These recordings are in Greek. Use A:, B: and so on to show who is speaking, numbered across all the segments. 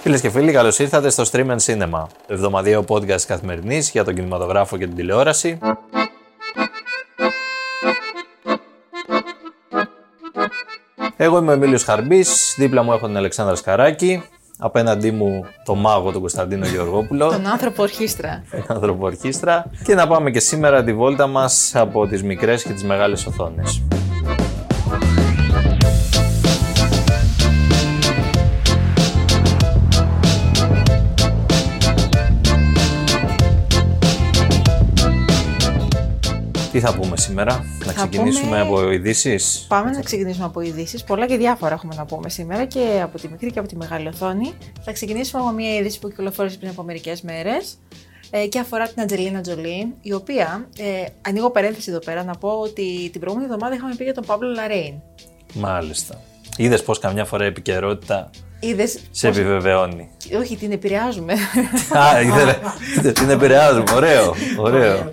A: Φίλες και φίλοι, καλώς ήρθατε στο Stream and Cinema, το εβδομαδιαίο podcast καθημερινής για τον κινηματογράφο και την τηλεόραση. Εγώ είμαι ο Εμίλιος Χαρμπής, δίπλα μου έχω την Αλεξάνδρα Σκαράκη, απέναντί μου το μάγο τον Κωνσταντίνο Γεωργόπουλο,
B: Τον άνθρωπο ορχήστρα.
A: ένα άνθρωπο ορχήστρα, και να πάμε και σήμερα τη βόλτα μας από τις μικρές και τις μεγάλες οθόνες. Τι θα πούμε σήμερα, να
B: Θα
A: ξεκινήσουμε
B: πούμε-
A: από ειδήσεις.
B: Πάμε να ξεκινήσουμε από ειδήσεις. Πολλά και διάφορα έχουμε να πούμε σήμερα και από τη μικρή και από τη μεγάλη οθόνη. Θα ξεκινήσουμε από μια είδηση που κυκλοφόρησε πριν από μερικές μέρες ε, και αφορά την Αντζελίνα Τζολί, η οποία. Ε, ανοίγω παρένθεση εδώ πέρα να πω ότι την προηγούμενη εβδομάδα είχαμε πει για τον Παύλο Λαρέιν.
A: Μάλιστα. Είδες πως καμιά φορά η επικαιρότητα
B: Είδες.
A: σε επιβεβαιώνει.
B: Όχι, την επηρεάζουμε.
A: Α, ήθελε. Την επηρεάζουμε. Ωραίο. Ωραίο.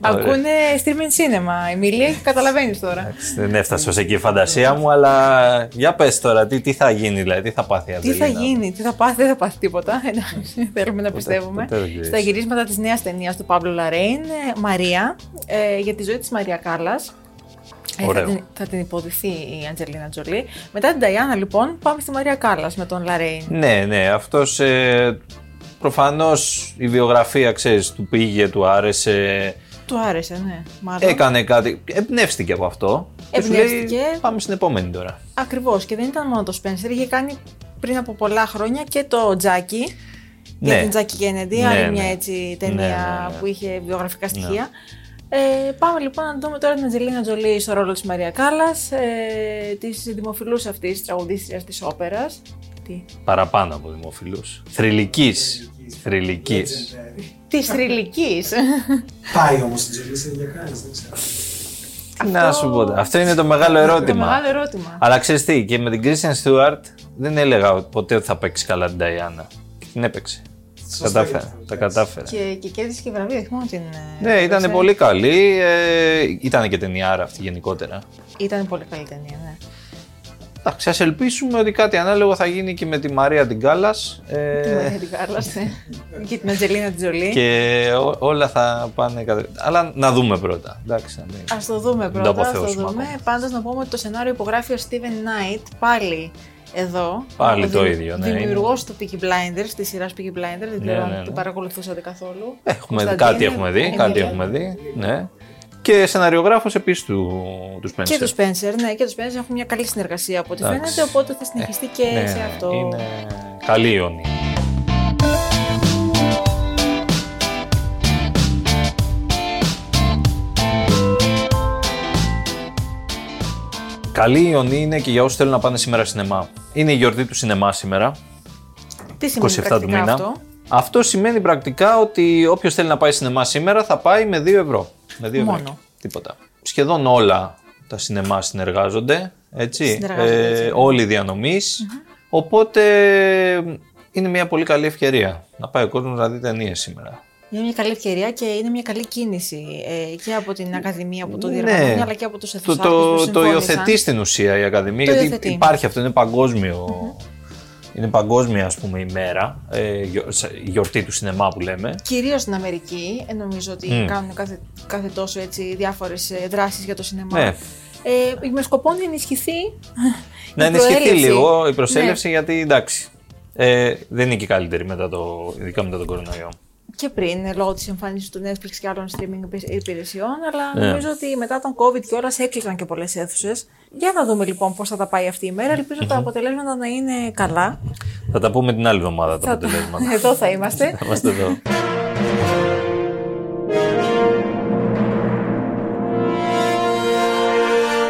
B: Ακούνε stream and cinema. Η Μιλία και καταλαβαίνεις τώρα.
A: Δεν έφτασε ως εκεί η φαντασία μου, αλλά για πες τώρα, τι, τι θα γίνει, δηλαδή, τι θα πάθει η
B: Τι θα
A: Αντζελίνα.
B: γίνει, τι θα πάθει, δεν θα πάθει τίποτα. Εντάξει, θέλουμε να πιστεύουμε.
A: ποτέ δεν ξέρεις.
B: Στα γυρίσματα της νέας ταινίας του Παύλου Λαρέιν, ε, Μαρία, ε, για τη ζωή της Μαρία Κάλλα.
A: Ωραίο.
B: θα, την, θα την υποδηθεί η Αντζελίνα Τζολί. Μετά την Ταϊάννα, λοιπόν, πάμε στη Μαρία Κάλλας με τον Λαρέιν.
A: Ναι, ναι, αυτός ε, προφανώς η βιογραφία, ξέρεις, του πήγε, του άρεσε,
B: Του άρεσε, ναι, μάλλον.
A: έκανε κάτι, εμπνεύστηκε από αυτό. και σου λέει,
B: Εμπνεύστηκε.
A: Πάμε στην επόμενη τώρα.
B: Ακριβώς. Και δεν ήταν μόνο το Σπένσερ, είχε κάνει πριν από πολλά χρόνια και το Τζάκι. Για
A: Ναι.
B: την Τζάκι Κέννεντι,
A: Ναι,
B: άλλη
A: ναι.
B: μια έτσι ταινία
A: Ναι, ναι, ναι.
B: που είχε βιογραφικά στοιχεία. Ε, πάμε λοιπόν να δούμε τώρα την Αντζελίνα Τζολί στο ρόλο της Μαρία Κάλλας, ε, της δημοφιλούς αυτής της τραγουδίστριας της όπερας. Τι.
A: Παραπάνω από δημοφιλούς. Θρηλυκής. Θρηλυκής.
B: Της θρηλυκής.
C: Πάει όμως την ζωή σε διακάνει, δεν ξέρω.
A: Τι να σου πω, αυτό είναι το μεγάλο
B: το
A: ερώτημα.
B: μεγάλο ερώτημα.
A: Αλλά ξέρεις τι, και με την Κρίστιαν Στιούαρτ δεν έλεγα ποτέ ότι θα παίξει καλά την Ταϊάννα. Την έπαιξε.
C: Σωστά
A: Κατάφερα,
C: γι' αυτό,
A: τα
C: εντάξει.
A: κατάφερα.
B: Και, και κέρδισε και βραβείο, θυμάμαι την... ε,
A: Ναι, ήταν
B: έπαιξε.
A: πολύ καλή. Ε, ήταν και ταινιάρα αυτή γενικότερα.
B: Ήταν πολύ καλή ταινία, ναι.
A: Εντάξει, ας ελπίσουμε ότι κάτι ανάλογο θα γίνει και με τη Μαρία την Κάλλας,
B: Τη
A: Ε,
B: Μαρία την Κάλλας, ναι. και την Αντζελίνα Τζολί.
A: και ό- όλα θα πάνε κατά. Αλλά να δούμε πρώτα. Εντάξει, ναι. να μην-
B: Ας το δούμε
A: το
B: πρώτα. Ας το
A: αποθεώσουμε
B: δούμε.
A: ακόμα.
B: Πάντως να πούμε ότι το σενάριο υπογράφει ο Steven Knight πάλι εδώ.
A: Πάλι
B: Ο
A: το
B: δημι-
A: ίδιο, ναι,
B: Δημιουργός του Peaky Blinders, της σειράς Peaky Blinders. Δεν
A: Ναι,
B: ξέρω
A: ναι, ναι.
B: αν την παρακολουθούσατε καθόλου.
A: Έχουμε,
B: Κωνσταντίνε,
A: κάτι έχουμε δει,
B: ενδιαφέρον.
A: κάτι έχουμε δει. Ναι. Και σεναριογράφος επίσης του, του Spencer.
B: Και του Spencer, ναι, και του Spencer έχουν μια καλή συνεργασία από ό,τι
A: Εντάξει.
B: φαίνεται. Οπότε θα συνεχιστεί και
A: ναι,
B: σε αυτό.
A: Είναι καλή ιονή. Καλή ιονή είναι και για όσους θέλουν να πάνε σήμερα σινεμά. Είναι η γιορτή του σινεμά σήμερα,
B: Τι σημαίνει
A: 27 του
B: πρακτικά
A: μήνα.
B: αυτό.
A: Αυτό σημαίνει πρακτικά ότι όποιος θέλει να πάει σινεμά σήμερα θα πάει με 2 ευρώ. Με 2 ευρώ.
B: Μόνο.
A: Τίποτα. Σχεδόν όλα τα σινεμά συνεργάζονται. Έτσι. Ε,
B: Συνεργάζονται, έτσι.
A: όλοι οι διανομεις Οπότε είναι μια πολύ καλή ευκαιρία να πάει ο κόσμος να δει ταινίες σήμερα.
B: Είναι μια καλή ευκαιρία και είναι μια καλή κίνηση ε, και από την Ακαδημία που το
A: Ναι.
B: διοργανώνει, αλλά και από τους
A: Το,
B: εθνικού
A: το, το υιοθετεί στην ουσία η Ακαδημία,
B: Το
A: γιατί
B: υιοθετεί.
A: υπάρχει αυτό, είναι παγκόσμιο. Είναι παγκόσμια, ας πούμε, ημέρα, ε, γιορ- σε- η γιορτή του σινεμά που λέμε.
B: Κυρίως στην Αμερική, ε, νομίζω ότι
A: Μμμ.
B: κάνουν κάθε, κάθε τόσο έτσι διάφορες ε, δράσεις για το σινεμά.
A: Ναι.
B: Ε, με σκοπό να ενισχυθεί η
A: Να ενισχυθεί
B: προέλευση. Ναι.
A: λίγο η προσέλευση, γιατί εντάξει. Ε, δεν είναι και καλύτερη μετά το, ειδικά μετά τον κορονοϊό.
B: Ναι, και πριν, ε, λόγω της εμφάνισης του Netflix και άλλων streaming υπη- υπηρεσιών, αλλά
A: Ναι.
B: νομίζω ότι μετά τον COVID και όλα έκλεισαν και πολλές αίθουσες. Για να δούμε λοιπόν πώς θα τα πάει αυτή η μέρα. Ελπίζω τα αποτελέσματα να είναι καλά.
A: Θα τα πούμε την άλλη εβδομάδα τα
B: Θα το-
A: αποτελέσματα.
B: Εδώ θα είμαστε.
A: Θα είμαστε εδώ.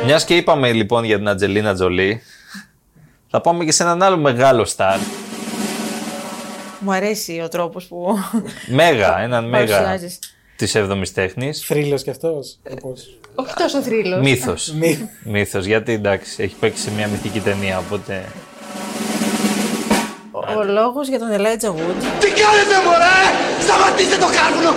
A: Μιας και είπαμε λοιπόν για την Ατζελίνα Τζολί, θα πάμε και σε έναν άλλο μεγάλο στάρ.
B: Μου αρέσει ο τρόπος που
A: Μέγα, έναν μέγα
B: παρουσιάζεις.
A: της 7ης τέχνης.
C: Θρύλος κι αυτός.
B: Όχι τόσο θρύλος.
A: Μύθος.
C: Μη.
A: Μύθος, γιατί εντάξει, έχει παίξει σε μια μυθική ταινία, οπότε...
B: Ο- Ο λόγος για τον Elijah Wood
D: Τι κάνετε μωρέ! Σταματήστε το κάρβουνο!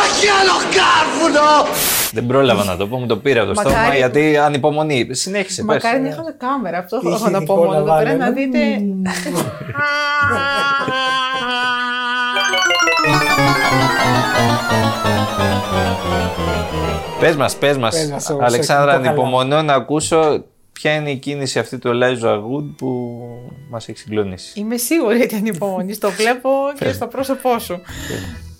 D: Όχι άλλο κάρβουνο!
A: Δεν πρόλαβα να το πω, μου το πήρα από το
B: Μακάρι-
A: στόμα γιατί ανυπομονή. Συνέχισε, Ε, πες.
B: Μακάρι να είχαμε κάμερα, αυτό
C: Τι
B: έχω να πω
C: ηχητικό
B: μόνο
C: να
B: εδώ πέρα,
C: βάλουμε.
B: να
A: ε?
B: δείτε.
A: Πες μας, πες μας.
C: Πες μας, εγώ
A: Αλεξάνδρα,
C: σε κινητό
A: ανυπομονώ να ακούσω ποια είναι η κίνηση αυτή του Ελάιζου Αγούντ που μας έχει συγκλονίσει.
B: Είμαι σίγουρη ότι ανυπομονείς, το βλέπω και στο πρόσωπό σου.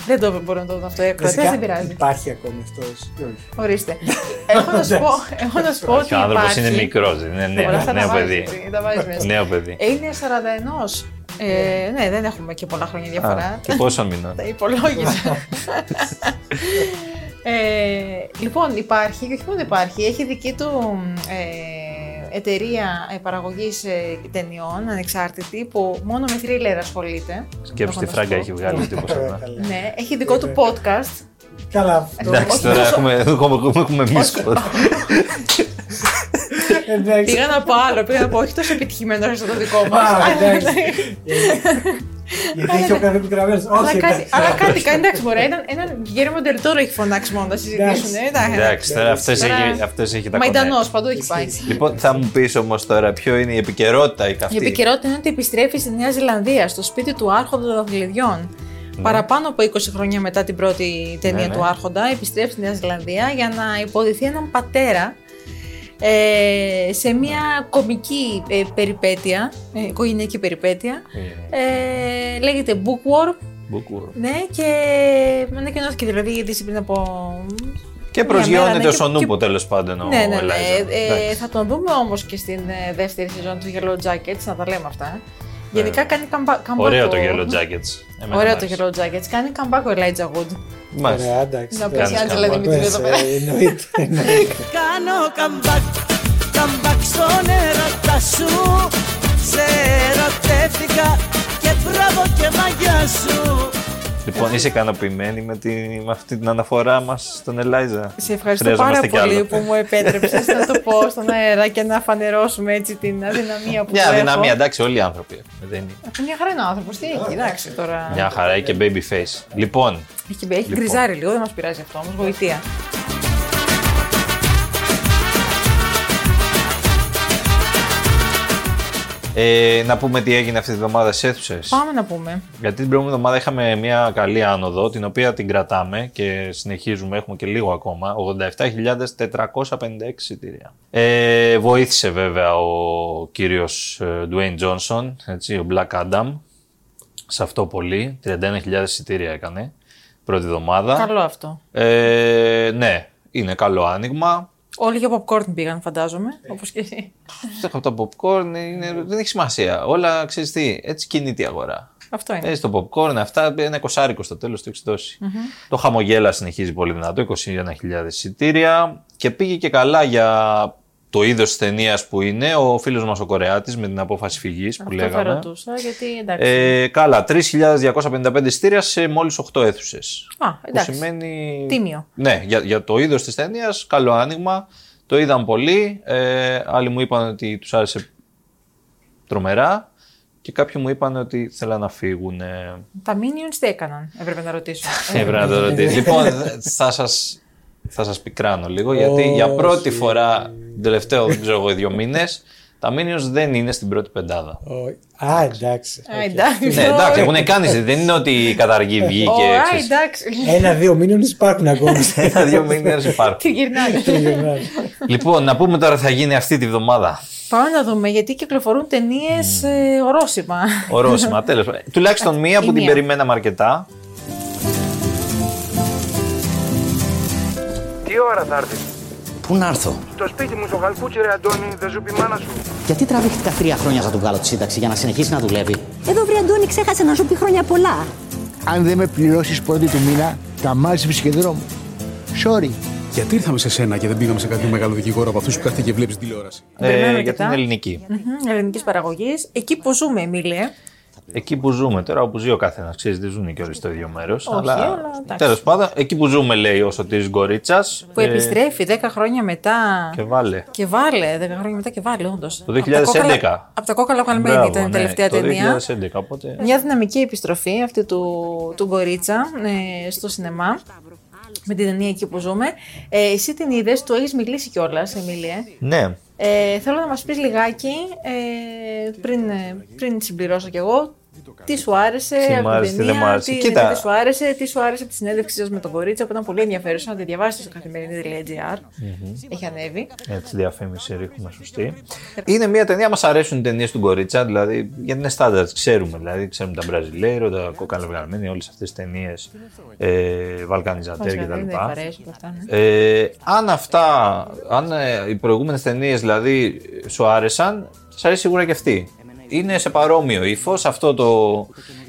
B: Δεν το μπορώ να το δω αυτό, εκπαιδευτές δεν πειράζει.
C: Υπάρχει ακόμη αυτός. ή όχι.
B: Ορίστε. έχω να
A: Ναι.
B: σου πω, έχω να σου πω ότι
A: Και ο άνθρωπος
B: υπάρχει.
A: είναι μικρός, δεν είναι
B: Ναι,
A: νέο, νέο παιδί. Ναι.
B: Τα βάζεις μέσα.
A: Νέο παιδί.
B: Είναι 41. Ε, ναι, δεν έχουμε και πολλά χρόνια
A: Α,
B: διαφορά.
A: και πόσο μηνών.
B: Τα υπολόγισα. ε, λοιπόν, υπάρχει και όχι μόνο υπάρχει, έχει δική του ε, εταιρεία ε, παραγωγής ε, ταινιών, ανεξάρτητη, που μόνο με thriller ασχολείται.
A: Σκέψου τη
B: Έχω να σου
A: φράγκα
B: πω.
A: έχει βγάλει τίποτα.
C: Καλά,
A: εδώ.
C: καλά.
B: Ναι, έχει δικό του podcast.
C: Καλά, αυτό.
A: Εντάξει, τώρα έχουμε, έχουμε, έχουμε, έχουμε μίσκο.
C: Εντάξει.
B: πήγα να πω άλλο, πήγα να πω όχι τόσο επιτυχημένο όσο το δικό μας.
C: Α,
B: Αλλά-
C: εντάξει. Γιατί είχε ο καθένα επικραμμένο.
B: Αλλά
C: Όχι,
B: κάτι,
C: εντάξει.
B: αλλά κάτι κάνει, εντάξει, μωρέ, έναν, έναν Guillermo del Toro έχει φωνάξει μόνο να συζητήσουν.
C: Εντάξει.
A: Εντάξει, τώρα αυτές
B: Τώρα-
A: έχει, αυτές έχει τα κονέ.
B: Μαϊντανός, παντού έχει πάει.
A: Λοιπόν, θα μου πεις όμως τώρα ποιο είναι η επικαιρότητα η
B: Η
A: καυτή.
B: επικαιρότητα είναι ότι επιστρέφει στη Νέα Ζηλανδία, στο σπίτι του Άρχοντα των Δαχτυλιδιών. Παραπάνω από 20 χρόνια μετά την πρώτη ταινία
A: Ναι, ναι.
B: του Άρχοντα, επιστρέφει στη Νέα Ζηλανδία για να υποδηθεί έναν πατέρα ε, σε μια κομική ε, περιπέτεια, ε, οικογενειακή περιπέτεια. Ε, λέγεται Bookworm,
A: Μπουκούρο.
B: ναι, και ανακοινώθηκε δηλαδή η είδηση πριν από.
A: Και
B: μια μέρα, ναι,
A: προσγειώνεται
B: και-
A: στον
B: και-
A: ούπο τέλος πάντων ο
B: ναι, ναι, ναι.
A: Ελάιζα.
B: Ε,
A: Εντάξει.
B: θα τον δούμε όμως και στην ε, δεύτερη σεζόν του Yellow Jackets, να τα λέμε αυτά. ε.
A: Ναι.
B: Γενικά κάνει καμπά, comeback
A: Ωραίο
B: ο-
A: το Yellow Jackets. Εμένα
B: Ωραίο
A: μ'
B: το
A: άρεσε.
B: Yellow Jackets. Κάνει comeback ο Elijah Wood.
A: Μάλιστα.
C: Ωραία, εντάξει.
B: Να πεις
A: Κάνεις
B: η Άντζελα
A: comeback.
B: Δημητρίου εδώ πέρα.
C: Ε, Εννοείται. εννοείται.
D: Κάνω καμπάκ, καμπάκ στον ερώτα σου Σε ερωτεύτηκα και μπράβο και μαγιά σου
A: Λοιπόν, είσαι ικανοποιημένη με, τη, με αυτή την αναφορά μας στον Ελάιζα.
B: Σε ευχαριστώ πάρα
A: Χρειαζόμαστε κι άλλο.
B: πολύ που μου επέτρεψες να το πω στον αέρα και να φανερώσουμε έτσι την αδυναμία που
A: Μια
B: έχω.
A: αδυναμία, εντάξει, όλοι οι άνθρωποι. έχουμε, Δεν είναι.
B: Μια χαρά είναι ο άνθρωπος, τι έχει, εντάξει τώρα.
A: Μια χαρά έχει
B: ναι.
A: και baby face. Λοιπόν,
B: Έχει, έχει γκριζάρει λίγο, δεν μας πειράζει αυτό όμως, γοητεία.
A: ε, να πούμε τι έγινε αυτή τη βδομάδα στις αίθουσες.
B: Πάμε να πούμε.
A: Γιατί την προηγούμενη εβδομάδα είχαμε μια καλή άνοδο, την οποία την κρατάμε και συνεχίζουμε, έχουμε και λίγο ακόμα, 87.456 εισιτήρια. Ε, βοήθησε βέβαια ο κύριος ε, Dwayne Johnson, έτσι, ο Black Adam, σε αυτό πολύ, 31.000 εισιτήρια έκανε πρώτη εβδομάδα.
B: Καλό αυτό.
A: Ε, ναι, είναι καλό άνοιγμα.
B: Όλοι για popcorn πήγαν, φαντάζομαι, όπως και εσύ.
A: Έχω τα popcorn, είναι- δεν έχει σημασία. Όλα ξέρεις τι, έτσι κινείται η αγορά.
B: Αυτό είναι.
A: Ε, στο popcorn, αυτά, ένα εικοσάρικο στο τέλος το έχεις δώσει. Το χαμογέλα συνεχίζει πολύ δυνατό, 21.000 εισιτήρια και πήγε και καλά για το είδος της ταινίας που είναι ο φίλος μας ο Κορεάτης με την απόφαση φυγής που
B: Αυτό θα
A: λέγαμε.
B: ρωτούσα, γιατί εντάξει.
A: Ε, καλά, 3.255 εισιτήρια σε μόλις 8 αίθουσες.
B: Α, εντάξει.
A: Που σημαίνει...
B: Τίμιο.
A: Ναι, για, για το είδος της ταινίας, καλό άνοιγμα. Το είδαν πολλοί. Ε, άλλοι μου είπαν ότι τους άρεσε τρομερά. Και κάποιοι μου είπαν ότι θέλαν να φύγουν. Ε,
B: Τα Minions τι έκαναν, έπρεπε να ρωτήσω.
A: έπρεπε
B: ναι,
A: να το ρωτήσω. λοιπόν, θα σας, θα σας πικράνω λίγο, γιατί για
C: Όχι.
A: πρώτη φορά, τον τελευταίο, δεν ξέρω εγώ, δύο μήνες, τα Minions δεν είναι στην πρώτη πεντάδα.
C: Ω, Α, εντάξει.
B: Α, εντάξει.
A: ναι, εντάξει, έχουν κάνει, δεν είναι ότι η καταργή βγήκε.
B: Ωραία,
A: ξέρεις.
B: εντάξει.
A: Ε,
C: Ένα-δύο μήνες υπάρχουν ακόμα.
A: Τα δύο Minions υπάρχουν.
B: Τι γυρνάνε.
A: ε, λοιπόν, να πούμε τώρα τι θα γίνει αυτή τη βδομάδα.
B: Πάμε να δούμε γιατί κυκλοφορούν ταινίες
A: Mm.
B: ε, ορόσημα.
A: Ορόσημα, τέλος πάντων. Τουλάχιστον μία
B: Η
A: που την
B: μία.
A: περιμέναμε αρκετά.
E: Τι ώρα θα έρθεις.
F: Πού να έρθω.
E: Στο σπίτι μου, στο γαλκούτσι, ρε Αντώνη, δεν σου πει η μάνα σου.
F: Γιατί τραβήχτηκα τρία χρόνια θα του βγάλω τη σύνταξη για να συνεχίσει να δουλεύει.
G: Εδώ βρε Αντώνη ξέχασε να σου πει χρόνια πολλά.
H: αν δεν με πληρώσεις πρώτη του μήνα, τα μάζεψε και δρόμο. Sorry.
I: Γιατί ήρθαμε σε σένα και δεν πήγαμε σε κάποιο μεγάλο δικηγόρο από αυτούς που κάθεται και βλέπεις τηλεόραση.
B: περιμένουμε
A: για
B: αρκετά.
A: την Ε, ελληνική.
B: Ελληνικής παραγωγής. Εκεί που ζούμε, Εμίλια.
A: Εκεί που ζούμε τώρα, όπου ζει ο καθένας, ξέρεις, δεν ζουν και όλοι στο ίδιο μέρος.
B: Όχι, αλλά εντάξει.
A: Τέλο πάντων, εκεί που ζούμε, λέει ο Σωτήρης Ε, Γκορίτσας.
B: Που επιστρέφει 10 χρόνια μετά.
A: Και βάλε.
B: Και βάλε, 10 χρόνια μετά και βάλε, όντως.
A: Το 2011.
B: Από τα κόκαλα
A: Μπράβο,
B: καλμένη ήταν η
A: ναι,
B: τελευταία ταινία.
A: Το 2011, οπότε.
B: Μια δυναμική επιστροφή αυτή του, του Γκορίτσα ε, στο σινεμά. Με την ταινία εκεί που ζούμε. Ε, εσύ την είδες, το έχεις μιλήσει κιόλας, Εμίλια.
A: Ναι.
B: Ε, θέλω να μας πεις λιγάκι, ε, πριν, ε, πριν συμπληρώσω κι εγώ, τι σου άρεσε
A: Τι
B: από
A: μ'
B: την
A: άρεσε, τι
B: ταινία,
A: δεν μ' άρεσε.
B: τι-
A: Κοίτα.
B: τι σου άρεσε, τι σου άρεσε από τη συνέντευξή σας με τον Κορίτσα που ήταν πολύ ενδιαφέρουσα να τη διαβάσετε στο καθημερινή.gr. Έχει ανέβει.
A: Ναι, Έτσι, διαφήμιση ρίχνουμε σωστή. Είναι μια ταινία, μας αρέσουν οι ταινίες του Κορίτσα, δηλαδή γιατί είναι στάνταρτ, ξέρουμε. Δηλαδή, ξέρουμε τα Μπραζιλέρο, τα κόκαλα βγαλμένα, όλες αυτές τις ταινίες ε, Βαλκανιζατέρ
B: Μας
A: κτλ.
B: είναι παρέες όλα αυτά, ναι.
A: Ε, αν αυτά, αν ε, οι προηγούμενες ταινίες δηλαδή σου άρεσαν, σας αρέσει σίγουρα και αυτή. Είναι σε παρόμοιο ύφος αυτό το.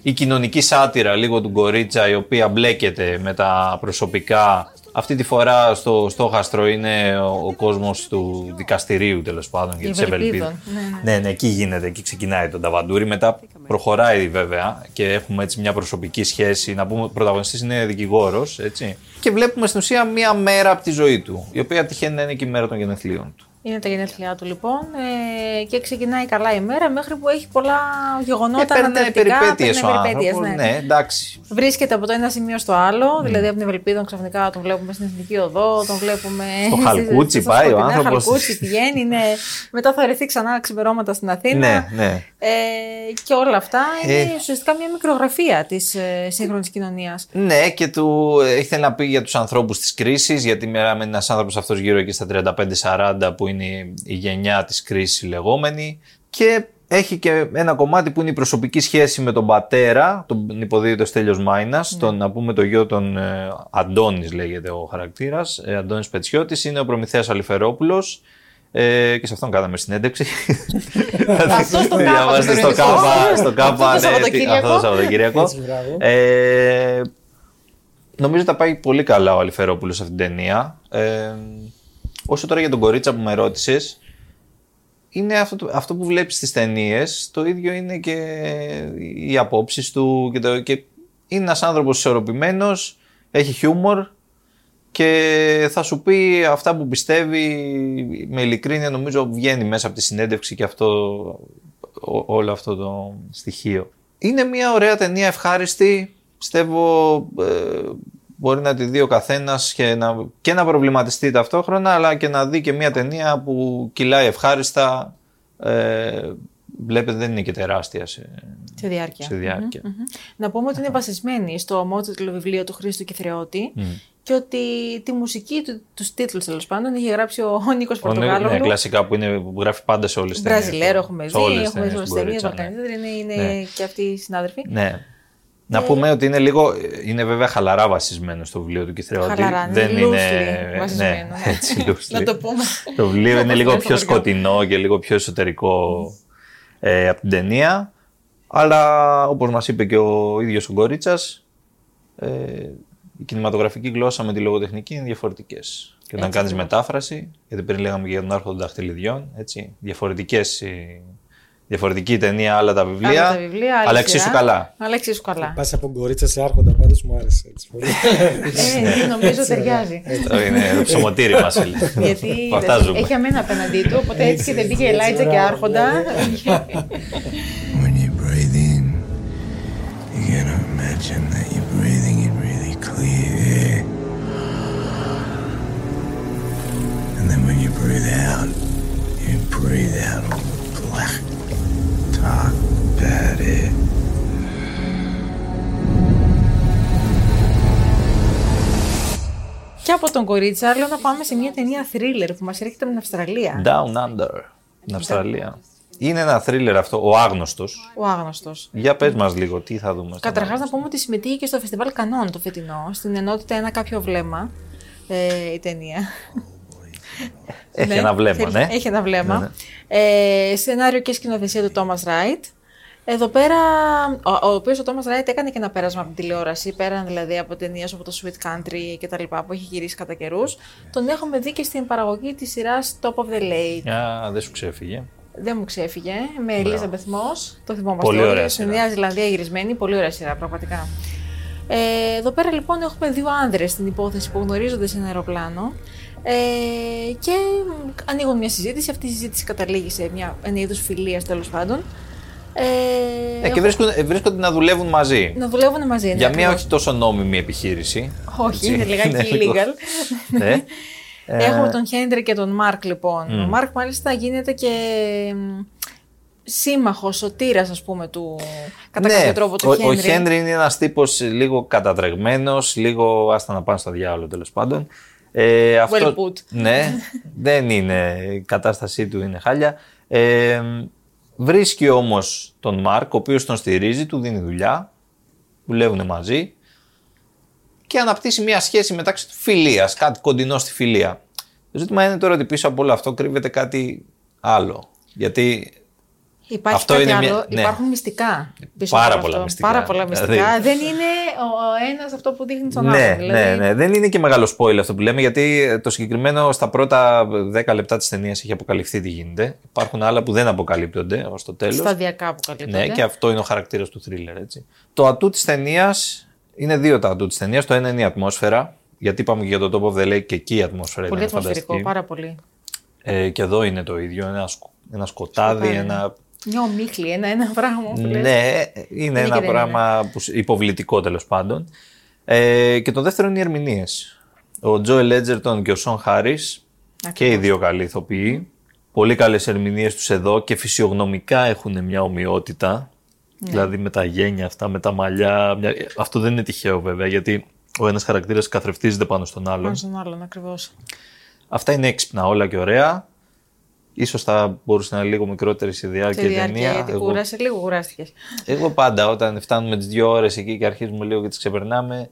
A: η κοινωνική σάτυρα λίγο του Γκορίτσα, η οποία μπλέκεται με τα προσωπικά. Αυτή τη φορά στο στόχαστρο είναι ο, ο κόσμος του δικαστηρίου τέλος πάντων και τη
B: Ευελπίδων.
A: Ευελπίδων. Ναι, ναι, εκεί γίνεται, εκεί ξεκινάει το Νταβαντούρι. Μετά προχωράει βέβαια και έχουμε έτσι μια προσωπική σχέση. Να πούμε, ο πρωταγωνιστής είναι δικηγόρος, έτσι. Και βλέπουμε στην ουσία μια μέρα από τη ζωή του, η οποία τυχαίνει να είναι και η μέρα των γενεθλίων του.
B: Είναι τα γενέθλιά του λοιπόν ε, και ξεκινάει καλά η μέρα μέχρι που έχει πολλά
A: Και
B: γεγονότα
A: παίρνει
B: ανατρεπτικά,
A: Ε, περιπέτειες ο
B: παίρνει περιπέτειες,
A: άνθρωπο. Ναι. εντάξει.
B: Βρίσκεται από το ένα σημείο στο άλλο, δηλαδή από την Ευελπίδων ξαφνικά τον βλέπουμε στην Εθνική Οδό, τον βλέπουμε.
A: Στο
B: στις-
A: Χαλκούτσι
B: στα
A: πάει ο
B: σκοτεινά
A: άνθρωπος.
B: ναι, Χαλκούτσι πηγαίνει, ναι. μετά θα ρεθεί ξανά ξημερώματα στην Αθήνα.
A: Ναι, ναι.
B: Ε, και όλα αυτά είναι
A: Ε.
B: ουσιαστικά μια μικρογραφία της ε, σύγχρονης κοινωνίας.
A: Ναι, και του ε, ήθελε να πει για τους ανθρώπους της κρίσης, γιατί μιλάμε ένας άνθρωπος αυτός γύρω εκεί στα 35-40, που είναι η γενιά της κρίσης λεγόμενη. Και έχει και ένα κομμάτι που είναι η προσωπική σχέση με τον πατέρα, τον υποδίδυτο Στέλιος Μάινας, τον, να πούμε το γιο των ε, Αντώνης λέγεται ο χαρακτήρας, ε, Αντώνης Πετσιώτης, είναι ο Προμηθέας Αλιφερόπουλος, ε, και σε αυτόν κάναμε συνέντευξη.
B: Αυτό στο Κάπα,
A: Διαβάστε
B: στο
A: στο
B: περιοδικό.
A: Κάπα, στο Κάπα,
B: Αυτό το
A: ναι, τι-
B: Σαββατοκύριακο.
A: αυτό το Σαββατοκύριακο.
C: Έτσι, μπράβο.
A: Ε, Νομίζω τα πάει πολύ καλά ο Αλιφερόπουλος σε αυτήν την ταινία. Ε, όσο τώρα για τον κορίτσα που με ρώτησες, είναι αυτό, το- αυτό που βλέπεις στις ταινίες. Το ίδιο είναι και οι απόψεις του. Και το, και είναι ένας άνθρωπος ισορροπημένος, έχει χιούμορ και θα σου πει αυτά που πιστεύει με ειλικρίνεια. Νομίζω βγαίνει μέσα από τη συνέντευξη και αυτό, ό- όλο αυτό το στοιχείο. Είναι μια ωραία ταινία, ευχάριστη. Πιστεύω ε, μπορεί να τη δει ο καθένας και να, και να προβληματιστεί ταυτόχρονα, αλλά και να δει και μια ταινία που κυλάει ευχάριστα. Ε, βλέπετε, δεν είναι και τεράστια σε,
B: Στη διάρκεια.
A: σε διάρκεια.
B: Να πούμε ότι είναι βασισμένη στο ομότιτλο βιβλίο του Χρήστου Κεθρεώτη και ότι τη μουσική του, τους τίτλους τέλος πάντων είχε γράψει ο, ο Νίκος
A: Ο Νίκος- ναι,
B: Πορτογάλογλου.
A: κλασικά που, είναι, που γράφει πάντα σε όλες τις ταινίες.
B: Βραζιλέρο έχουμε δει, έχουμε δει ναι. όλες τις ταινίες, Βαλκανίδες, είναι, είναι
A: Ναι.
B: και αυτοί οι συνάδελφοι.
A: Ναι. Να
B: Ε,
A: πούμε ότι είναι λίγο. Είναι βέβαια χαλαρά βασισμένο στο βιβλίο του Κιθρεώτη.
B: Χαλαρά,
A: δεν
B: είναι loosely
A: είναι.
B: βασισμένο.
A: Ναι, έτσι, loosely.
B: Να το πούμε.
A: Το βιβλίο
B: Να
A: είναι
B: το
A: λίγο
B: πούμε στο
A: πιο
B: χωριό.
A: σκοτεινό και λίγο πιο εσωτερικό ε, από την ταινία. Αλλά όπως μας είπε και ο ίδιος ο Γκορίτσας, ε, η κινηματογραφική γλώσσα με τη λογοτεχνική είναι διαφορετικές. Και όταν
B: ναι.
A: κάνεις μετάφραση, γιατί πριν λέγαμε και για τον άρχο των δαχτυλιδιών, έτσι, διαφορετικές, οι- διαφορετική η ταινία, άλλα τα βιβλία,
B: Άλλα τα βιβλία,
A: αλλά
B: άλλη σειρά.
A: εξίσου καλά.
B: Αλλά εξίσου καλά.
C: Πας από γκορίτσα σε άρχοντα, πάντως μου άρεσε. Έτσι, πολύ.
B: Ε, νομίζω ταιριάζει.
A: Αυτό είναι ψωμοτήρι μας, Ελένη.
B: Γιατί
A: Αυτά
B: δεν-
A: ζούμε.
B: έχει αμένα απέναντί του, οπότε έτσι και δεν πήγε
C: έτσι,
B: Ελάιτζα και
C: μπράβο, ναι,
B: Άρχοντα.
J: When you breathe in, you gotta imagine that you're breathing in really clear air. And then when you breathe out, you breathe out all the black, dark, bad air.
B: Και από τον Κορίτσα λέω να πάμε σε μια ταινία thriller που μας έρχεται από την Αυστραλία.
A: Down Under, την Αυστραλία. Είναι ένα θρίλερ αυτό, ο άγνωστος.
B: Ο άγνωστος.
A: Για πες μας λίγο, τι θα δούμε. στον
B: Καταρχά, να
A: Άγνωστο.
B: πούμε ότι συμμετείχε και στο φεστιβάλ Κανών το φετινό, στην ενότητα Ένα Κάποιο Βλέμμα. Ε, η ταινία.
A: Έχει
B: Ναι,
A: ένα βλέμμα,
B: θέλεις-
A: ναι.
B: Έχει ένα βλέμμα.
A: Ναι, ναι.
B: Ε, σενάριο και σκηνοθεσία του Thomas Wright. Εδώ πέρα, ο, ο οποίος ο Thomas Wright έκανε και ένα πέρασμα από την τηλεόραση, πέραν δηλαδή από ταινίες όπως το Sweet Country και τα λοιπά που έχει γυρίσει κατά καιρούς. Τον έχουμε δει και στην παραγωγή της σειράς Top of the Lake.
A: Α, ναι. δεν σου ξέφυγε.
B: Δεν μου ξέφυγε. Με Ελίζα Μπεθμό. Το θυμόμαστε.
A: Πολύ
B: όλοι.
A: ωραία
B: Στη
A: σειρά.
B: Νέα Ζηλανδία γυρισμένη. Πολύ ωραία σειρά, πραγματικά. Ε, εδώ πέρα λοιπόν έχουμε δύο άνδρες στην υπόθεση που γνωρίζονται σε ένα αεροπλάνο ε, και ανοίγουν μια συζήτηση. Αυτή η συζήτηση καταλήγει σε μια, ένα είδος φιλίας τέλος πάντων. Ε,
A: Ε, και βρίσκονται, βρίσκονται να δουλεύουν μαζί.
B: Να δουλεύουν μαζί. ναι,
A: Για μια
B: ακριβώς.
A: όχι τόσο νόμιμη επιχείρηση.
B: Όχι, είναι λιγάκι illegal.
A: ναι.
B: Έχουμε τον Χέντρι και τον Μάρκ λοιπόν. Ο Μάρκ μάλιστα γίνεται και σύμμαχος, σωτήρας, ας πούμε, του. Κατά κάποιο τρόπο του
A: Ναι, ο,
B: Χέντρι.
A: ο Χένρι είναι ένας τύπος λίγο κατατρεγμένος, λίγο άστα να πάνε στο διάλογο τέλος πάντων. Ε, αυτό,
B: put.
A: Ναι, δεν είναι. Η κατάστασή του είναι χάλια. Ε, βρίσκει όμως τον Μάρκ, ο οποίος τον στηρίζει, του δίνει δουλειά. Δουλεύουν μαζί. Και αναπτύσσει μια σχέση μεταξύ του φιλίας, κάτι κοντινό στη φιλία. Το ζήτημα είναι τώρα ότι πίσω από όλο αυτό κρύβεται κάτι άλλο. Γιατί
B: Υπάρχει
A: Αυτό
B: κάτι
A: είναι μια-
B: άλλο.
A: ναι.
B: Υπάρχουν μυστικά. πίσω
A: Πάρα
B: από
A: πολλά
B: αυτό.
A: μυστικά.
B: Πάρα πολλά μυστικά.
A: Δηλαδή-
B: Δεν είναι ο ένας αυτό που δείχνει στον
A: ναι,
B: άλλον. Δηλαδή,
A: ναι, ναι. Δεν είναι και μεγάλο spoiler αυτό που λέμε, γιατί ε, το συγκεκριμένο στα πρώτα 10 λεπτά της ταινίας έχει αποκαλυφθεί τι γίνεται. Υπάρχουν άλλα που δεν αποκαλύπτονται ως το τέλος.
B: Σταδιακά που καλύπτονται.
A: Ναι, και αυτό είναι ο χαρακτήρας του θρίλερ, έτσι. Το ατού της ταινίας είναι δύο τα ατού της ταινίας. Το ένα είναι η ατμόσφαιρα. Γιατί είπαμε και για το Top of the Lake και εκεί η ατμόσφαιρα
B: Πολύ
A: ήταν
B: ατμοσφαιρικό,
A: φανταστική.
B: πάρα πολύ.
A: Ε, και εδώ είναι το ίδιο. Ένα, σκο- ένα σκοτάδι,
B: Σκοτάδι, ναι.
A: ένα.
B: Μια ομίχλη, ένα, ένα πράγμα. που λες.
A: Ναι, είναι
B: και
A: ένα
B: δεν είναι.
A: πράγμα που σ- υποβλητικό τέλος πάντων. Ε, και το δεύτερο είναι οι ερμηνείες. Ο Τζόελ Έτζερτον και ο Σον Χάρι. Και οι δύο καλοί ηθοποιοί. Πολύ καλές ερμηνείες τους εδώ και φυσιογνωμικά έχουν μια ομοιότητα.
B: Ναι.
A: Δηλαδή με τα γένια αυτά, με τα μαλλιά. μια- Αυτό δεν είναι τυχαίο βέβαια, γιατί ο ένας χαρακτήρας καθρεφτίζεται πάνω στον άλλον.
B: Πάνω στον άλλον ακριβώς.
A: Αυτά είναι έξυπνα όλα και ωραία. Ίσως θα μπορούσε να είναι λίγο μικρότερη η διάρκεια
B: Σε
A: η
B: διάρκεια,
A: ταινία.
B: γιατί
A: Εγώ-
B: κουράσαι, λίγο κουράστηκες.
A: εγώ πάντα όταν φτάνουμε τις δύο ώρες εκεί και αρχίζουμε λίγο και τις ξεπερνάμε,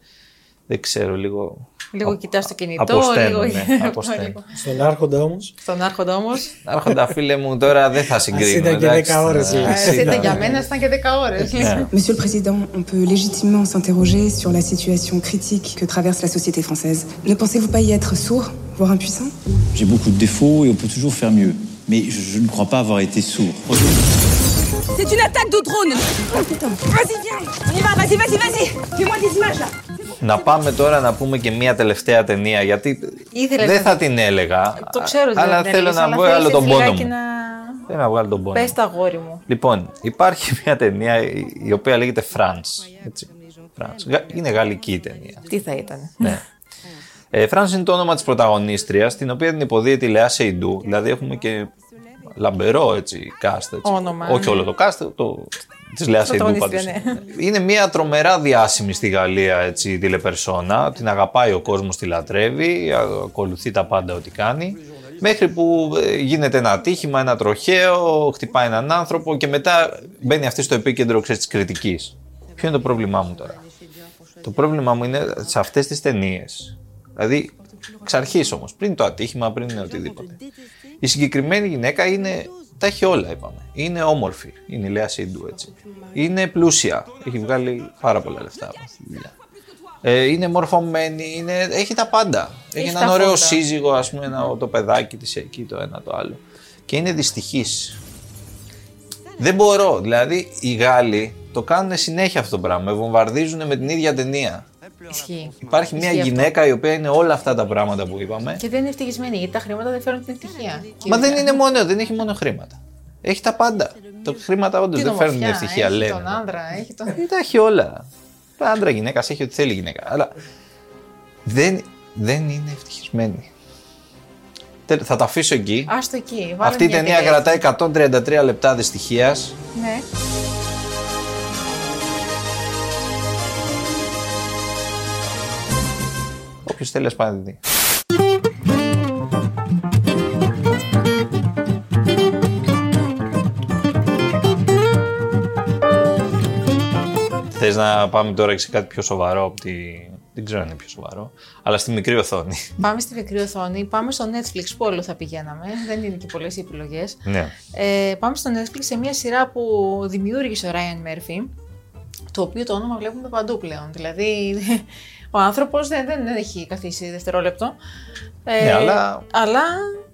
A: δεν ξέρω, λίγο...
B: Λίγο
A: Α-
B: κοιτάς το κινητό,
A: αποσταίνω,
B: λίγο-
A: ναι, αποσταίνω.
B: λίγο.
C: Στον Άρχοντα όμως.
B: Στον Άρχοντα όμως.
A: Άρχοντα φίλε μου, τώρα δεν θα συγκρίνω.
C: ήταν και
A: εντάξει,
C: 10 ώρες,
A: ναι.
C: λέει.
A: Ας
B: Ήταν
A: ήταν.
B: Ε, για μένα, ήταν και 10 ώρε.
K: Monsieur le Président, on peut légitimement s'interroger sur la situation critique que traverse la société française. Ne pensez-vous pas y être sourd, voire impuissant
L: J'ai beaucoup de défauts et on peut toujours faire mieux. Mais je, je ne crois pas avoir été sourd.
K: C'est une attaque de drone Vas-y, viens On y va, vas-y, vas-y, vas-y Fais-moi des images, là
A: Να πάμε τώρα να πούμε και μία τελευταία ταινία, γιατί
B: Ήθελες
A: δεν
B: να-
A: θα την έλεγα.
B: Το ξέρω ότι
A: Αλλά
B: δεν
A: θέλω
B: έλεγες,
A: να
B: αλλά
A: βγάλω
B: θέλεις
A: τον πόνο
B: λιγάκι
A: μου.
B: Να...
A: Θέλω να βγάλω τον πόνο.
B: Πες τα αγόρι μου.
A: Λοιπόν, υπάρχει μία ταινία η- η οποία λέγεται France. Έτσι. France. Γα- Είναι γαλλική η ταινία.
B: Τι θα ήταν.
A: Ναι. Ε, Φράνς είναι το όνομα της πρωταγωνίστριας, την οποία την υποδίεται η Λεά Σεϊντού. Δηλαδή έχουμε και λαμπερό έτσι, cast. Έτσι.
B: Όνομα,
A: Όχι
B: ναι.
A: όλο το cast, το... Της Λέα Σεϊντού
B: Πρωταγωνίστρια, ναι.
A: πάντως. Ναι. Είναι μια τρομερά διάσημη στη Γαλλία έτσι, τηλεπερσόνα. Την αγαπάει ο κόσμος, τη λατρεύει, α- ακολουθεί τα πάντα ό,τι κάνει. Μέχρι που ε, γίνεται ένα ατύχημα, ένα τροχαίο, χτυπάει έναν άνθρωπο και μετά μπαίνει αυτή στο επίκεντρο ξέρεις, της κριτικής. Ποιο είναι το πρόβλημά μου τώρα. Το πρόβλημά μου είναι σε αυτές τις ταινίες. Δηλαδή, εξ αρχής όμως, πριν το ατύχημα, πριν οτιδήποτε. Η συγκεκριμένη γυναίκα είναι. Τα έχει όλα, είπαμε. Είναι όμορφη. Είναι η Λέα Σίντου, έτσι. Είναι πλούσια. Έχει βγάλει πάρα πολλά λεφτά από αυτή τη δουλειά. Ε, είναι μορφωμένη, είναι, έχει τα πάντα. Έχει,
B: Έχει
A: έναν
B: τα
A: ωραίο
B: φώτα.
A: σύζυγο, ας πούμε, ένα, το παιδάκι της εκεί, το ένα το άλλο. Και είναι δυστυχής. Δεν μπορώ. Δηλαδή, οι Γάλλοι το κάνουν συνέχεια αυτό το πράγμα. Με βομβαρδίζουν με την ίδια ταινία.
B: Ισχύει.
A: Υπάρχει μια
B: Ισχύει αυτό.
A: γυναίκα η οποία είναι όλα αυτά τα πράγματα που είπαμε.
B: Και δεν είναι ευτυχισμένη γιατί τα χρήματα δεν φέρνουν την ευτυχία.
A: ναι. Μα δεν είναι μόνο, δεν έχει μόνο χρήματα. Έχει τα πάντα. Τα χρήματα όντως δεν φέρνουν την ευτυχία,
B: Έχει
A: λένε.
B: τον άνδρα, έχει τον.
A: Ε, Τα έχει όλα. Άντρα γυναίκα, έχει ό,τι θέλει η γυναίκα. Αλλά δεν, δεν είναι ευτυχισμένη. Τέλ- Θα τα αφήσω εκεί.
B: Άστο εκεί. βάλε
A: Αυτή η
B: μια
A: ταινία
B: ταινία.
A: κρατάει 133 λεπτά δυστυχίας.
B: Ναι.
A: Όποιο θέλει, α πάει να τη δει. Θες να πάμε τώρα και σε κάτι πιο σοβαρό από τη. Δεν ξέρω αν είναι πιο σοβαρό, αλλά στη μικρή οθόνη.
B: Πάμε στη μικρή οθόνη, πάμε στο Netflix που όλο θα πηγαίναμε. Δεν είναι και πολλές οι επιλογές.
A: ναι.
B: Ε, πάμε στο Netflix σε μια σειρά που δημιούργησε ο Ryan Murphy, το οποίο το όνομα βλέπουμε παντού πλέον. Δηλαδή, ο άνθρωπος δεν, δεν έχει καθίσει δευτερόλεπτο. Ε,
A: Ναι, αλλά-
B: αλλά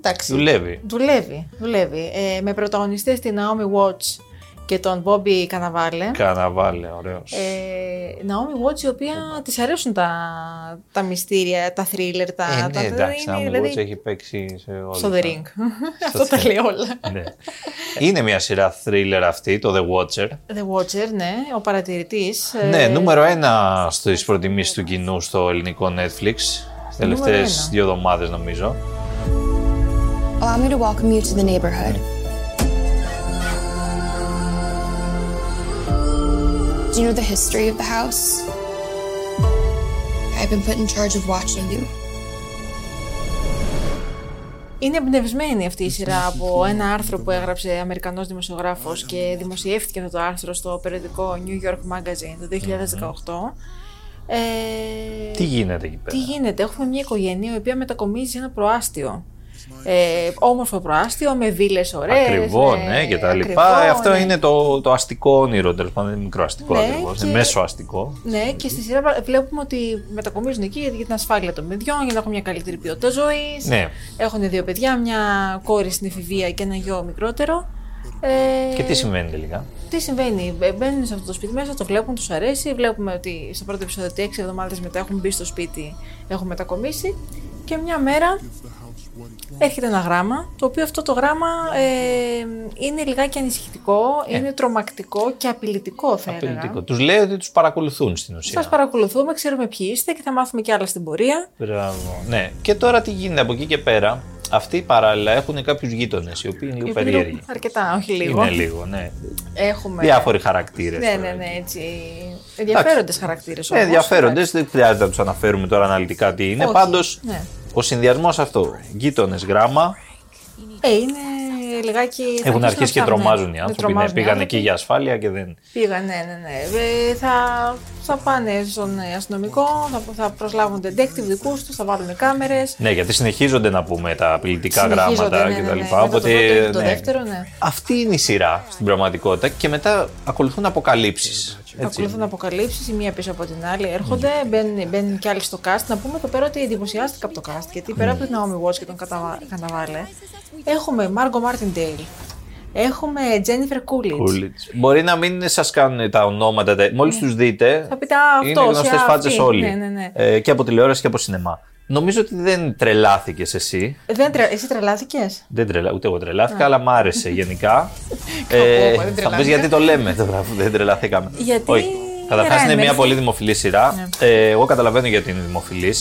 B: Εντάξει.
A: Δουλεύει.
B: Δουλεύει. δουλεύει. Ε, με πρωταγωνιστές την Naomi Watch και τον Bobby Καναβάλε.
A: Καναβάλε, ωραίος.
B: Ε, Naomi Watch, η οποία της αρέσουν τα, τα μυστήρια, τα thriller, τα.
A: Ε,
B: τα-
A: ναι, εντάξει,
B: είναι,
A: Naomi
B: δηλαδή,
A: Watts έχει παίξει σε όλα.
B: Στο The Ring. Αυτό τα λέει όλα.
A: Ναι. Είναι μια σειρά thriller αυτή, το The Watcher.
B: The Watcher, ναι, ο παρατηρητής.
A: Ναι, νούμερο
B: ε,
A: ένα στις προτιμήσεις του κοινού στο ελληνικό Netflix. Τις τελευταίες
M: ένα.
A: δύο εβδομάδες νομίζω.
M: Allow me to welcome you to the neighborhood. Do you know the history of the house? I've been put in charge of watching you.
B: ε, Είναι εμπνευσμένη αυτή η σειρά από ένα άρθρο που έγραψε Αμερικανός δημοσιογράφος και δημοσιεύτηκε αυτό το άρθρο στο περιοδικό New York Magazine το 2018. Ε,
A: Τι γίνεται εκεί πέρα.
B: τι γίνεται, έχουμε μια οικογένεια η οποία μετακομίζει σε ένα προάστιο. Ε, όμορφο προάστιο με βίλες ωραίες.
A: Ακριβό,
B: με-
A: ναι, και τα
B: ακριβό,
A: λοιπά. Αυτό
B: ναι.
A: είναι το, το αστικό όνειρο, τέλος πάντων. Είναι μικρό αστικό
B: Ναι,
A: ακριβώς.
B: και-
A: Είναι μέσο αστικό.
B: Ναι, και στη σειρά βα- βλέπουμε ότι μετακομίζουν εκεί για την ασφάλεια των παιδιών, για να έχουν μια καλύτερη ποιότητα ζωής.
A: Ναι.
B: Έχουν δύο παιδιά, μια κόρη στην εφηβεία και ένα γιο μικρότερο. Ε,
A: Και τι συμβαίνει τελικά.
B: τι συμβαίνει, Μπ- μπαίνουν σε αυτό το σπίτι μέσα, το βλέπουν, τους αρέσει. Βλέπουμε ότι στο πρώτο επεισόδιο ότι έξι εβδομάδες μετά έχουν μπει στο σπίτι, έχουν μετακομίσει. Και μια μέρα έρχεται ένα γράμμα, το οποίο αυτό το γράμμα ε, είναι λιγάκι ανησυχητικό,
A: Ε.
B: είναι τρομακτικό και απειλητικό θα έλεγα.
A: Τους λέει ότι τους παρακολουθούν στην ουσία.
B: Σας παρακολουθούμε, ξέρουμε ποιοι είστε και θα μάθουμε κι άλλα στην πορεία.
A: Μπράβο. Ναι. Και τώρα τι γίνεται από εκεί και πέρα. Αυτοί παράλληλα έχουν κάποιους γείτονες οι οποίοι είναι λίγο περίεργοι.
B: Αρκετά, όχι λίγο.
A: Είναι λίγο, ναι.
B: Έχουμε.
A: Διάφοροι χαρακτήρες.
B: Ναι, ναι, ναι, έτσι. Ενδιαφέροντες χαρακτήρε όμω.
A: Ναι, ενδιαφέροντε. Δεν χρειάζεται να τους αναφέρουμε τώρα αναλυτικά τι είναι. Πάντως,
B: Ναι.
A: ο συνδυασμός αυτό. Γείτονες γράμμα.
B: Ε, είναι λιγάκι. θα αρχίσουν
A: Έχουν αρχίσει και
B: αυτά, ναι.
A: τρομάζουν οι
B: Ναι,
A: άνθρωποι. Ναι,
B: τρομάζουν οι
A: πήγαν
B: άνθρωποι.
A: εκεί για ασφάλεια και δεν.
B: Πήγαν, ναι, ναι, ναι. Ε, θα, θα πάνε στον ε, αστυνομικό, θα, θα προσλάβουν detective δικούς τους, θα βάλουν κάμερες.
A: Ναι, γιατί συνεχίζονται να πούμε τα απειλητικά γράμματα
B: ναι, ναι, ναι,
A: κτλ.
B: ναι, μετά το πρώτο
A: Οπότε.
B: και το
A: ναι.
B: δεύτερο, ναι.
A: Αυτή είναι η σειρά στην πραγματικότητα και μετά ακολουθούν αποκαλύψεις.
B: Ακολουθούν αποκαλύψεις, η μία πίσω από την άλλη. Έρχονται,
A: Ναι.
B: μπαίνουν, μπαίνουν κι άλλοι στο cast. Να πούμε εδώ πέρα ότι εντυπωσιάστηκα από το cast, γιατί
A: Ναι.
B: πέρα από την Naomi Watts και τον Καταβα- Καναβάλε, έχουμε Margot Martindale, έχουμε Jennifer Coolidge.
A: Μπορεί να μην σας κάνουν τα ονόματα, τα... μόλις τους δείτε.
B: Ναι. Θα πείτε, «Α,
A: είναι
B: αυτός,
A: γνωστέ
B: α,
A: φάτσε
B: αυτή».
A: όλοι.
B: Ναι, ναι, ναι.
A: Ε, και από τηλεόραση και από σινεμά. Νομίζω ότι δεν τρελάθηκες εσύ.
B: Ε, Δεν τρε... Εσύ τρελάθηκες.
A: Δεν τρελα... Ούτε εγώ τρελάθηκα,
B: Α.
A: αλλά μ' άρεσε γενικά. Ε,
B: Κακό, δεν
A: θα πεις
B: τρελάθηκα.
A: γιατί το λέμε τώρα που δεν τρελαθήκαμε.
B: Γιατί Ναι.
A: Όχι. Καταρχά είναι
B: Ryan
A: μια
B: Murphy.
A: πολύ δημοφιλή σειρά. Ε, εγώ καταλαβαίνω γιατί είναι δημοφιλής.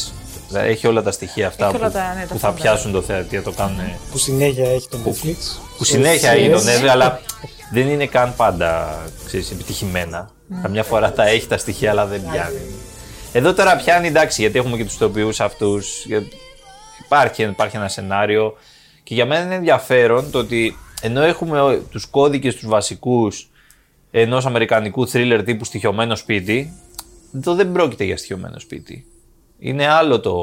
A: Έχει όλα τα στοιχεία αυτά
B: Έχει
A: που,
B: όλα τα- ναι, τα
A: που θα
B: φόντα.
A: πιάσουν το θεατή, θα το κάνουν.
C: Που συνέχεια έχει το Netflix.
A: Που συνέχεια είναι το
C: Netflix.
A: Netflix, αλλά δεν είναι καν πάντα ξέρεις, επιτυχημένα.
C: Ναι.
A: Καμιά φορά τα έχει τα στοιχεία, αλλά δεν πιάνει. Εδώ τώρα πιάνει εντάξει, γιατί έχουμε και τους τοπιούς αυτούς. Υπάρχει, υπάρχει ένα σενάριο. Και για μένα είναι ενδιαφέρον το ότι ενώ έχουμε τους κώδικες τους βασικούς ενός αμερικανικού thriller τύπου στοιχειωμένο σπίτι, εδώ δεν πρόκειται για στοιχειωμένο σπίτι. Είναι άλλο το,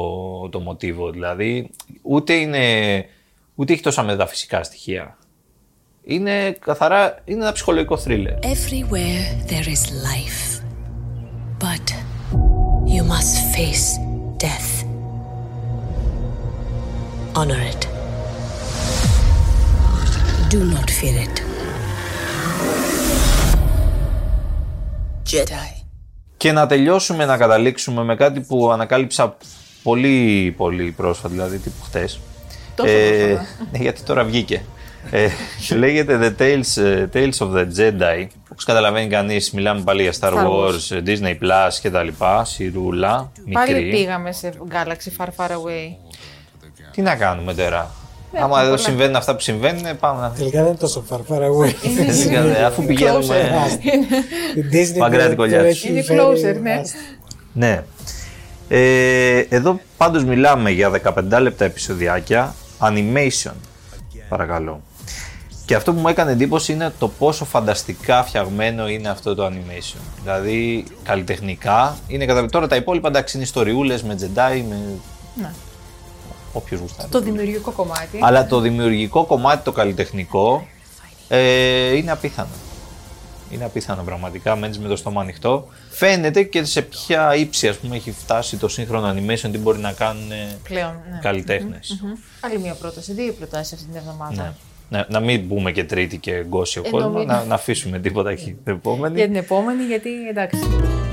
A: το μοτίβο, δηλαδή ούτε, είναι, ούτε έχει τόσα μεταφυσικά στοιχεία. Είναι καθαρά, είναι ένα ψυχολογικό thriller.
N: Everywhere there is life. But you must face death. Honor it. Do not fear it. Jedi.
A: Και να τελειώσουμε, να καταλήξουμε με κάτι που ανακάλυψα πολύ πολύ πρόσφατα, δηλαδή τύπου χτες.
B: Τόσο πρόσφατα.
A: ναι, γιατί τώρα βγήκε. ε, λέγεται The Tales, ε, Tales of the Jedi. Όπως καταλαβαίνει κανείς, μιλάμε πάλι για Star
B: Star Wars.
A: Wars, ε, Disney Plus και τα λοιπά, σιρούλα, μικρή.
B: Πάλι πήγαμε σε Galaxy Far Far Away.
A: Τι να κάνουμε τώρα.
B: Ε,
A: Άμα εδώ
B: πολλά. Ναι.
A: συμβαίνουν αυτά που συμβαίνουν, πάμε να
C: Τελικά δεν είναι τόσο far far away.
A: Τελικά, Αφού πηγαίνουμε. Ναι.
C: Η Disney
A: Παγκράτη κολλιά.
C: το έχει
B: Είναι
C: φέρει-
B: closer, ναι.
A: Ναι. Ε, εδώ πάντως μιλάμε για 15 λεπτά επεισοδιάκια animation, παρακαλώ. Και αυτό που μου έκανε εντύπωση είναι το πόσο φανταστικά φτιαγμένο είναι αυτό το animation. Δηλαδή, καλλιτεχνικά είναι καταλαβαίνω. Τώρα τα υπόλοιπα εντάξει είναι ιστοριούλες με Jedi, με
B: Ναι.
A: όποιος γουστάρει.
B: Το δημιουργικό κομμάτι.
A: Αλλά το δημιουργικό κομμάτι, το καλλιτεχνικό, ε, είναι απίθανο. Είναι απίθανο πραγματικά, μένεις με το στόμα ανοιχτό. Φαίνεται και σε ποια ύψη ας πούμε, έχει φτάσει το σύγχρονο animation, τι μπορεί να κάνουν
B: Πλέον. Ναι.
A: καλλιτέχνες.
B: Μμμ, μμμ. Άλλη μία πρόταση, δύο προτάσεις αυτή την εβδομάδα.
A: Ναι. Ναι, να μην μπούμε και τρίτη και γκώσει ο
B: Ε,
A: κόσμο,
B: νομίζω.
A: να, να αφήσουμε τίποτα εκεί την επόμενη.
B: Για την επόμενη, γιατί εντάξει.